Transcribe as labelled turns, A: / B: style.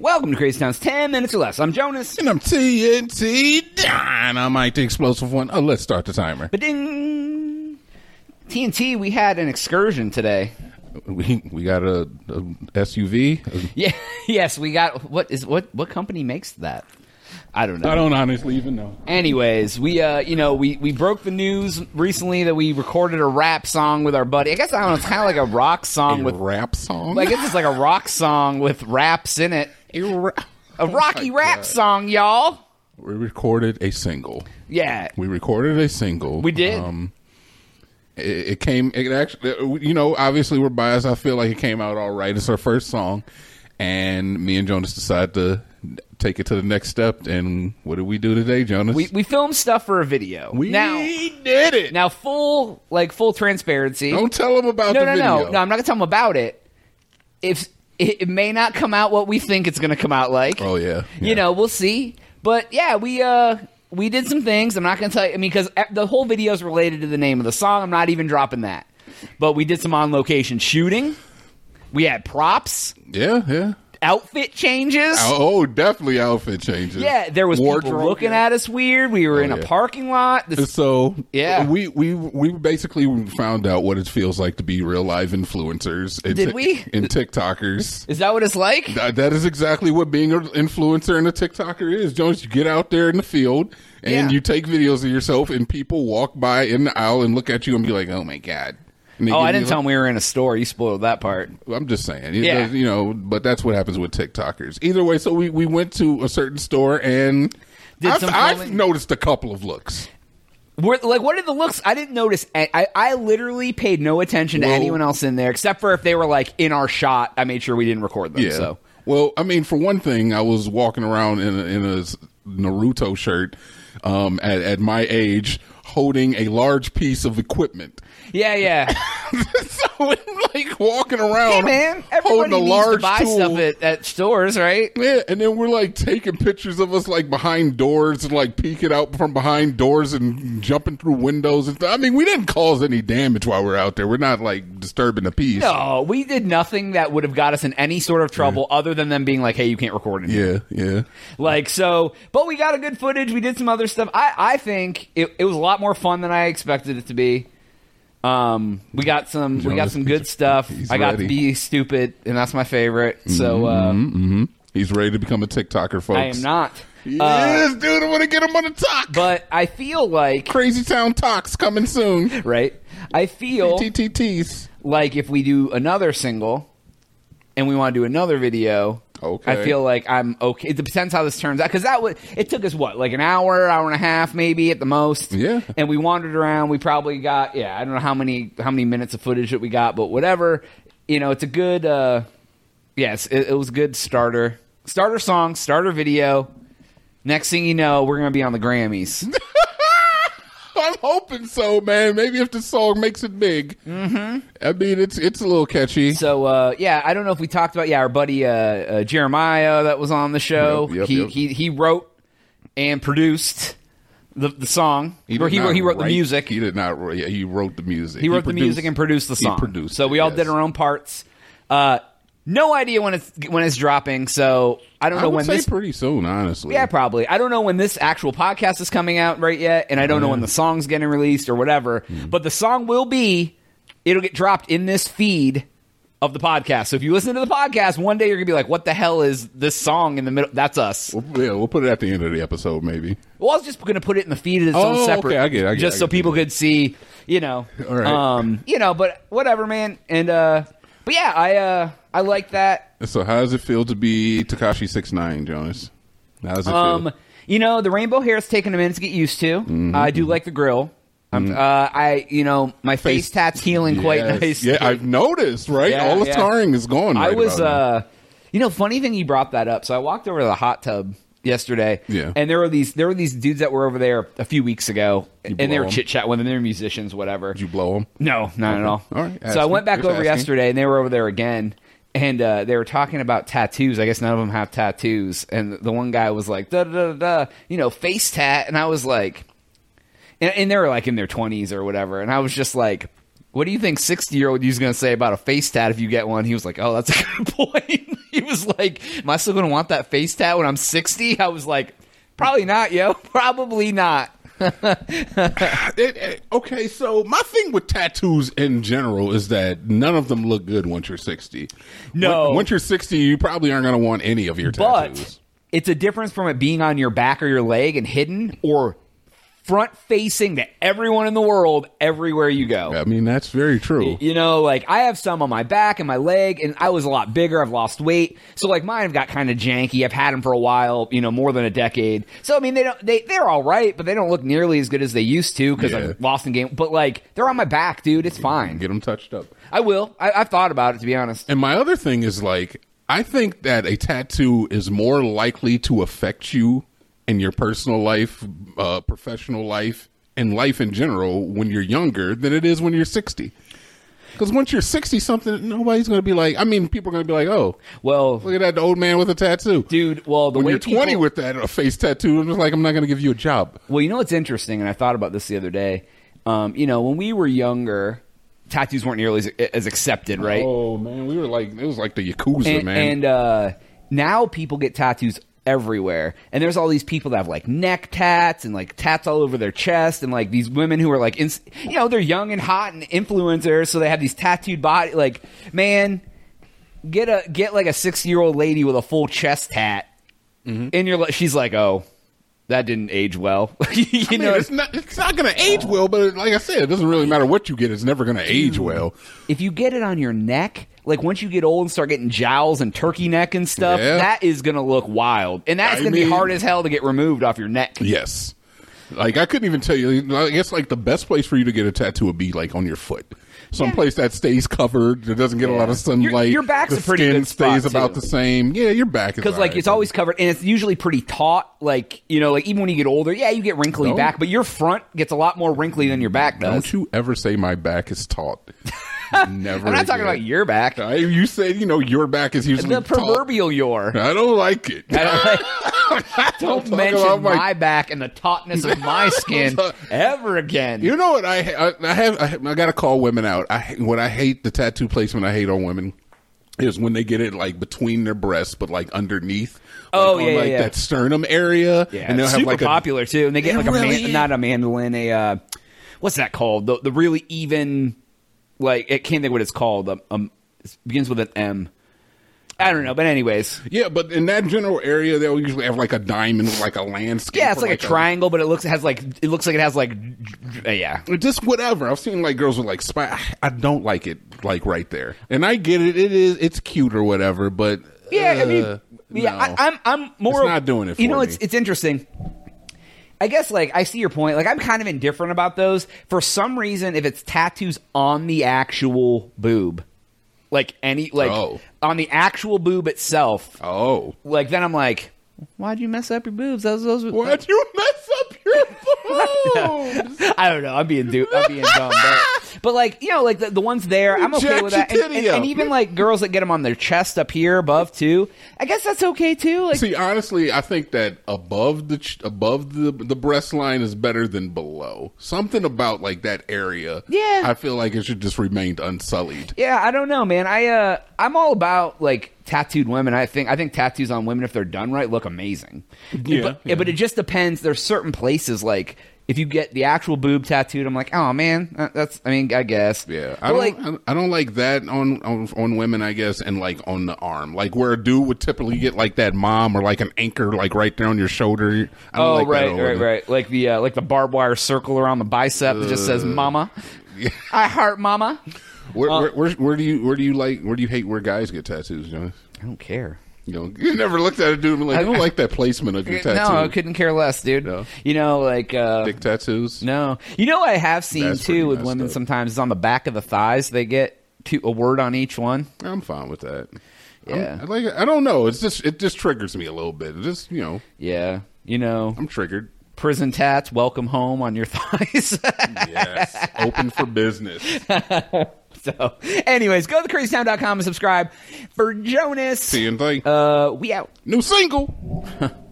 A: Welcome to Crazy Town's 10 minutes or less. I'm Jonas.
B: And I'm TNT Dynamite, the explosive one. Oh, let's start the timer.
A: Ba-ding. TNT, we had an excursion today.
B: We we got a, a SUV.
A: Yeah, yes, we got what is what what company makes that? I don't know.
B: I don't honestly even know.
A: Anyways, we uh you know, we we broke the news recently that we recorded a rap song with our buddy. I guess I don't know, it's kind of like a rock song
B: A
A: with
B: rap song.
A: I guess it's like a rock song with raps in it.
B: A ra- oh
A: A rocky rap
B: God.
A: song, y'all.
B: we recorded a single.
A: Yeah.
B: We recorded a single. Um,
A: We did.
B: it, it came. It actually, you know, obviously we're biased. I feel like it came out all right. It's our first song, and me and Jonas decided to take it to the next step. And what did we do today, Jonas?
A: we we filmed stuff for a video.
B: We
A: now
B: did it.
A: Now, full like full transparency.
B: Don't tell them about
A: no,
B: the
A: no,
B: video.
A: no, no. I'm not gonna tell them about it. If it, it may not come out what we think it's gonna come out like.
B: Oh yeah,
A: You know, we'll see. But yeah, we uh we did some things. I'm not gonna tell you. I mean, because the whole video is related to the name of the song. I'm not even dropping that. But we did some on location shooting. We had props,
B: yeah, yeah.
A: outfit changes.
B: Oh, oh, definitely outfit changes.
A: yeah, there was people
B: Wardrobe,
A: looking
B: yeah. Oh,
A: at us weird. We were in a
B: yeah.
A: parking lot. This
B: So
A: Yeah.
B: we we we basically found out what it feels like to be real live influencers. And
A: Did
B: Tik-
A: we?
B: And TikTokers.
A: is that what it's like?
B: That, that is exactly what being an influencer and a TikToker is. Jones, you get out there in the field and
A: Yeah.
B: you take videos of yourself, and people walk by in the aisle and look at you and be like, "Oh my god." And they
A: Oh,
B: give
A: I
B: you
A: didn't
B: like-
A: tell them we were in a store. You spoiled that part.
B: I'm just saying, It
A: Yeah.
B: does- you know, but that's what happens with TikTokers. Either way, so we, we went to a certain store and
A: Did
B: I've,
A: some
B: I've
A: filming?
B: noticed a couple of looks.
A: Were, like, what are the looks? I didn't notice. I, I, I literally paid no attention to
B: Well-
A: anyone else in there except for if they were like in our shot. I made sure we didn't record them. So
B: Well, I mean, for one thing, I was walking around in a, in a s- Naruto shirt um, at, at my age holding a large piece of equipment.
A: yeah, yeah.
B: so I'm like walking around
A: hey man, everybody
B: holding a
A: needs
B: large
A: to buy
B: tool.
A: stuff at, at stores, right?
B: Yeah, and then we're like taking pictures of us like behind doors and like peeking out from behind doors and jumping through windows and stuff. I mean, we didn't cause any damage while we we're out there. We're not like disturbing the peace.
A: No, we did nothing that would have got us in any sort of trouble other than them being like, "Hey, you can't record in here."
B: Yeah, yeah.
A: Like so, but we got a good footage. We did some other stuff. I I think it, it was a lot more fun than I expected it to be. Um, we got some we got
B: Jonas,
A: some good
B: he's-
A: stuff.
B: he's
A: I got
B: ready.
A: to
B: Mm-hmm.
A: be stupid, and that's my favorite. So uh,
B: He's ready to become a TikToker, folks.
A: I am not. Uh,
B: Yes, dude, I want to get him on the talk.
A: but I feel like
B: Crazy Town Talks coming soon.
A: right. I feel
B: TTTs.
A: like if we do another single, and we want to do another video.
B: Okay.
A: I feel like I'm okay. It depends how this turns out because that would it took us what like an hour, hour and a half, maybe at the most.
B: Yeah.
A: And we wandered around. We probably got yeah, I don't know how many how many minutes of footage that we got, but whatever. You know, it's a good. uh Yes, it, it was a good starter starter song, starter video. Next thing you know, we're gonna be on the Grammys.
B: I'm hoping so, man. Maybe if the song makes it big. Mm-hmm. I mean, it's it's a little catchy.
A: So uh, yeah, I don't know if we talked about yeah our buddy uh, uh, Jeremiah that was on the show.
B: Yep, yep,
A: he
B: yep.
A: he he wrote and produced the the song. or
B: did
A: he
B: not
A: wrote, he wrote
B: write-
A: the music.
B: He did not. write- Yeah, he wrote the music.
A: He wrote the music and produced the song.
B: He produced.
A: so we
B: it,
A: all
B: yes.
A: did our own parts. Uh, no idea when it's when it's dropping. So I don't
B: I
A: know
B: would
A: when
B: say
A: this.
B: pretty soon, honestly.
A: yeah, probably. I don't know when this actual podcast is coming out right yet, and I don't know when the song's getting released or whatever.
B: Mm-hmm.
A: But the song will be. It'll get dropped in this feed of the podcast. So if you listen to the podcast, one day you're gonna be like, "What the hell is this song in the middle?" That's us.
B: We'll, yeah, we'll put it at the end of the episode, maybe.
A: Well, I was just going to put it in the feed as its
B: Oh,
A: own
B: okay,
A: separate.
B: I get it, I get it,
A: just
B: I
A: so
B: get
A: people
B: it.
A: could see, you know.
B: All right.
A: Um, you know, but whatever, man. And uh, but yeah, I uh, I like that.
B: So, how does it feel to be Takashi Six Nine, Jonas? How does it
A: Um,
B: feel?
A: you know, the rainbow hair is taking a minute to get used to.
B: Mm-hmm.
A: I do like the grill. I'm, uh, I you know my face,
B: Face-
A: tat's healing quite
B: Mm-hmm. Yes.
A: nice.
B: Yeah, I've noticed. Right,
A: Yeah,
B: all the
A: yeah.
B: scarring is gone.
A: I
B: right
A: was,
B: about now.
A: uh, you know, funny thing you brought that up. So I walked over to the hot tub yesterday,
B: Yeah.
A: and there were these there were these dudes that were over there a few weeks ago, and they
B: blow
A: were
B: 'em?
A: chit chat with them. They were musicians, whatever.
B: Did you blow him?
A: No, not at all.
B: All right,
A: So I
B: asking.
A: went back
B: Just
A: over
B: asking.
A: yesterday, and they were over there again, and uh, they were talking about tattoos. I guess none of them have tattoos, and the one guy was like, "Da da da da," da, you know, face tat, and I was like, and, and they were like in their twenties or whatever, and I was just like. What do you think sixty year old you's gonna say about a face tat if you get one? He was like, "Oh, that's a good point." he was like, "Am I still going to want that face tat when I'm 60?" I was like, "Probably not, yo. Probably not."
B: It- it- okay, so my thing with tattoos in general is that none of them look good once you're 60.
A: No.
B: Once, once you're 60, you probably aren't going to want any of your
A: But
B: tattoos.
A: it's a difference from it being on your back or your leg and hidden, or front facing to everyone in the world everywhere you go.
B: I mean, that's very true.
A: You know, like I have some on my back and my leg, and I was a lot bigger. I've lost weight, so like mine have got kind of janky. I've had them for a while, you know, more than a decade. So I mean, they don't they they're all right, but they don't look nearly as good as they used to because
B: Yeah.
A: I've lost in game. But like they're on my back, dude. It's fine.
B: Get them touched up.
A: I will. I, I've thought about it to be honest.
B: And my other thing is like, I think that a tattoo is more likely to affect you in your personal life, uh, professional life, and life in general when you're younger than it is when you're 60. Because once you're 60 something, nobody's going to be like, I mean, people are going to be like, oh,
A: Well,
B: look at that old man with a tattoo.
A: dude. Well, the
B: when
A: way
B: you're 20
A: people-
B: with that face tattoo, I'm just like, I'm not going to give you a job.
A: Well, you know what's interesting, and I thought about this the other day. Um, you know, when we were younger, tattoos weren't nearly as, as accepted, right?
B: Oh, man. We were like, it was like the Yakuza,
A: and,
B: man.
A: and, uh, now people get tattoos everywhere and there's all these people that have like neck tats and like tats all over their chest and like these women who are like ins- you know they're young and hot and influencers so they have these tattooed body like man get a get like a 60 year old lady with a full chest tat
B: Mm-hmm.
A: and you're like she's like oh that didn't age well you
B: I mean,
A: know
B: it's not it's not going to age well, but like I said, it doesn't really matter what you get; it's never going to age well.
A: if you get it on your neck, like once you get old and start getting jowls and turkey neck and stuff,
B: Yeah.
A: that is going to look wild. And that's
B: I
A: going to be
B: mean-
A: hard as hell to get removed off your neck.
B: Yes, like I couldn't even tell you. I guess like the best place for you to get a tattoo would be like on your foot, someplace that stays covered, that doesn't get a lot of
A: Your-
B: sunlight.
A: your back's
B: the
A: a pretty
B: skin
A: good spot,
B: stays about
A: too.
B: the same. Yeah, your back is
A: Because like
B: alright.
A: it's always covered, and it's usually pretty taut. Like you know, like even when you get older, yeah, you get wrinkly
B: No.
A: back, but your front gets a lot more wrinkly than your back does.
B: Don't you ever say my back is taut? Never.
A: I'm not talking about your back,
B: I, you said you know your back is usually
A: the proverbial your.
B: Taut. I don't like it.
A: Don't
B: talk
A: mention
B: about
A: my,
B: my-
A: back and the tautness of my skin
B: Don't talk-
A: ever again.
B: You know what I I, I have I, have- I gotta call women out. I what I hate the tattoo placement I hate on women is when they get it like between their breasts, but like underneath. Like,
A: Oh,
B: on,
A: yeah, yeah,
B: like
A: yeah.
B: that sternum area.
A: Yeah,
B: and they'll
A: it's
B: have
A: super
B: like
A: popular too, and they get
B: It
A: like a
B: really
A: man,
B: is.
A: not a mandolin, a uh, what's that called? The the really even, like I can't think what it's called. Um, um, it begins with an M. I don't know, but anyways,
B: A, yeah, but in that general area, they'll usually have like a diamond, with, like a landscape.
A: yeah, it's
B: or,
A: like, a triangle, but it looks it has like it looks like it has like uh, yeah.
B: just whatever. I've seen like girls with like spy. I don't like it like right there, and I get it. It is it's cute or whatever, but
A: Yeah, I mean,
B: uh,
A: yeah,
B: no.
A: I, I'm I'm more
B: It's not doing it
A: You
B: for
A: know,
B: me.
A: it's it's interesting. I guess like I see your point. Like I'm kind of indifferent about those for some reason. If it's tattoos on the actual boob, like any like
B: Oh.
A: on the actual boob itself,
B: oh,
A: like then I'm like, why'd you mess up your boobs? Those those.
B: why'd you mess up your boobs?
A: I don't know. I'm being du- I'm being dumb, but, but like you know, like the, the ones there, I'm okay
B: Jack
A: with that. And,
B: your titty
A: and- and
B: up.
A: even like girls that get them on their chest up here above too. I guess that's okay too. Like
B: See, honestly, I think that above the ch- above the the breast line is better than below. Something about like that area.
A: Yeah.
B: I feel like it should just remain unsullied.
A: Yeah, I don't know, man. I uh, I'm all about like tattooed women. I think I think tattoos on women, if they're done right, look amazing.
B: Yeah,
A: but,
B: yeah.
A: but it just depends. There's certain places like if you get the actual boob tattooed, I'm like, oh man, uh, that's. I mean, I guess.
B: Yeah,
A: But,
B: I don't.
A: like,
B: I- I don't like that on, on on women, I guess, and like on the arm, like where a dude would typically get like that mom or like an anchor, like right there on your shoulder. I don't
A: oh
B: like that
A: right,
B: on
A: right,
B: women.
A: right. Like the uh, like the barbed wire circle around the bicep that just
B: Uh,
A: says "Mama." I heart Mama.
B: Where,
A: Uh,
B: where, where where do you where do you like where do you hate where guys get tattoos? Jonas?
A: I don't care.
B: You know, you never looked at a dude and been like I don't like that placement of your tattoo.
A: No, I couldn't care less, dude.
B: No.
A: You know, like uh,
B: Dick tattoos.
A: No, you know what I have seen
B: That's pretty
A: too with
B: messed
A: women
B: up.
A: sometimes is on the back of the thighs they get two, a word on each one.
B: I'm fine with that. I'm-
A: Yeah.
B: I like I don't know. It's just it just triggers me a little bit. It just you know
A: Yeah, you know,
B: I'm triggered.
A: prison tats, welcome home on your thighs.
B: Yes, open for business.
A: so, anyways, go to thecrazytown.com and subscribe for Jonas.
B: See you in thing.
A: Uh, we out.
B: New single.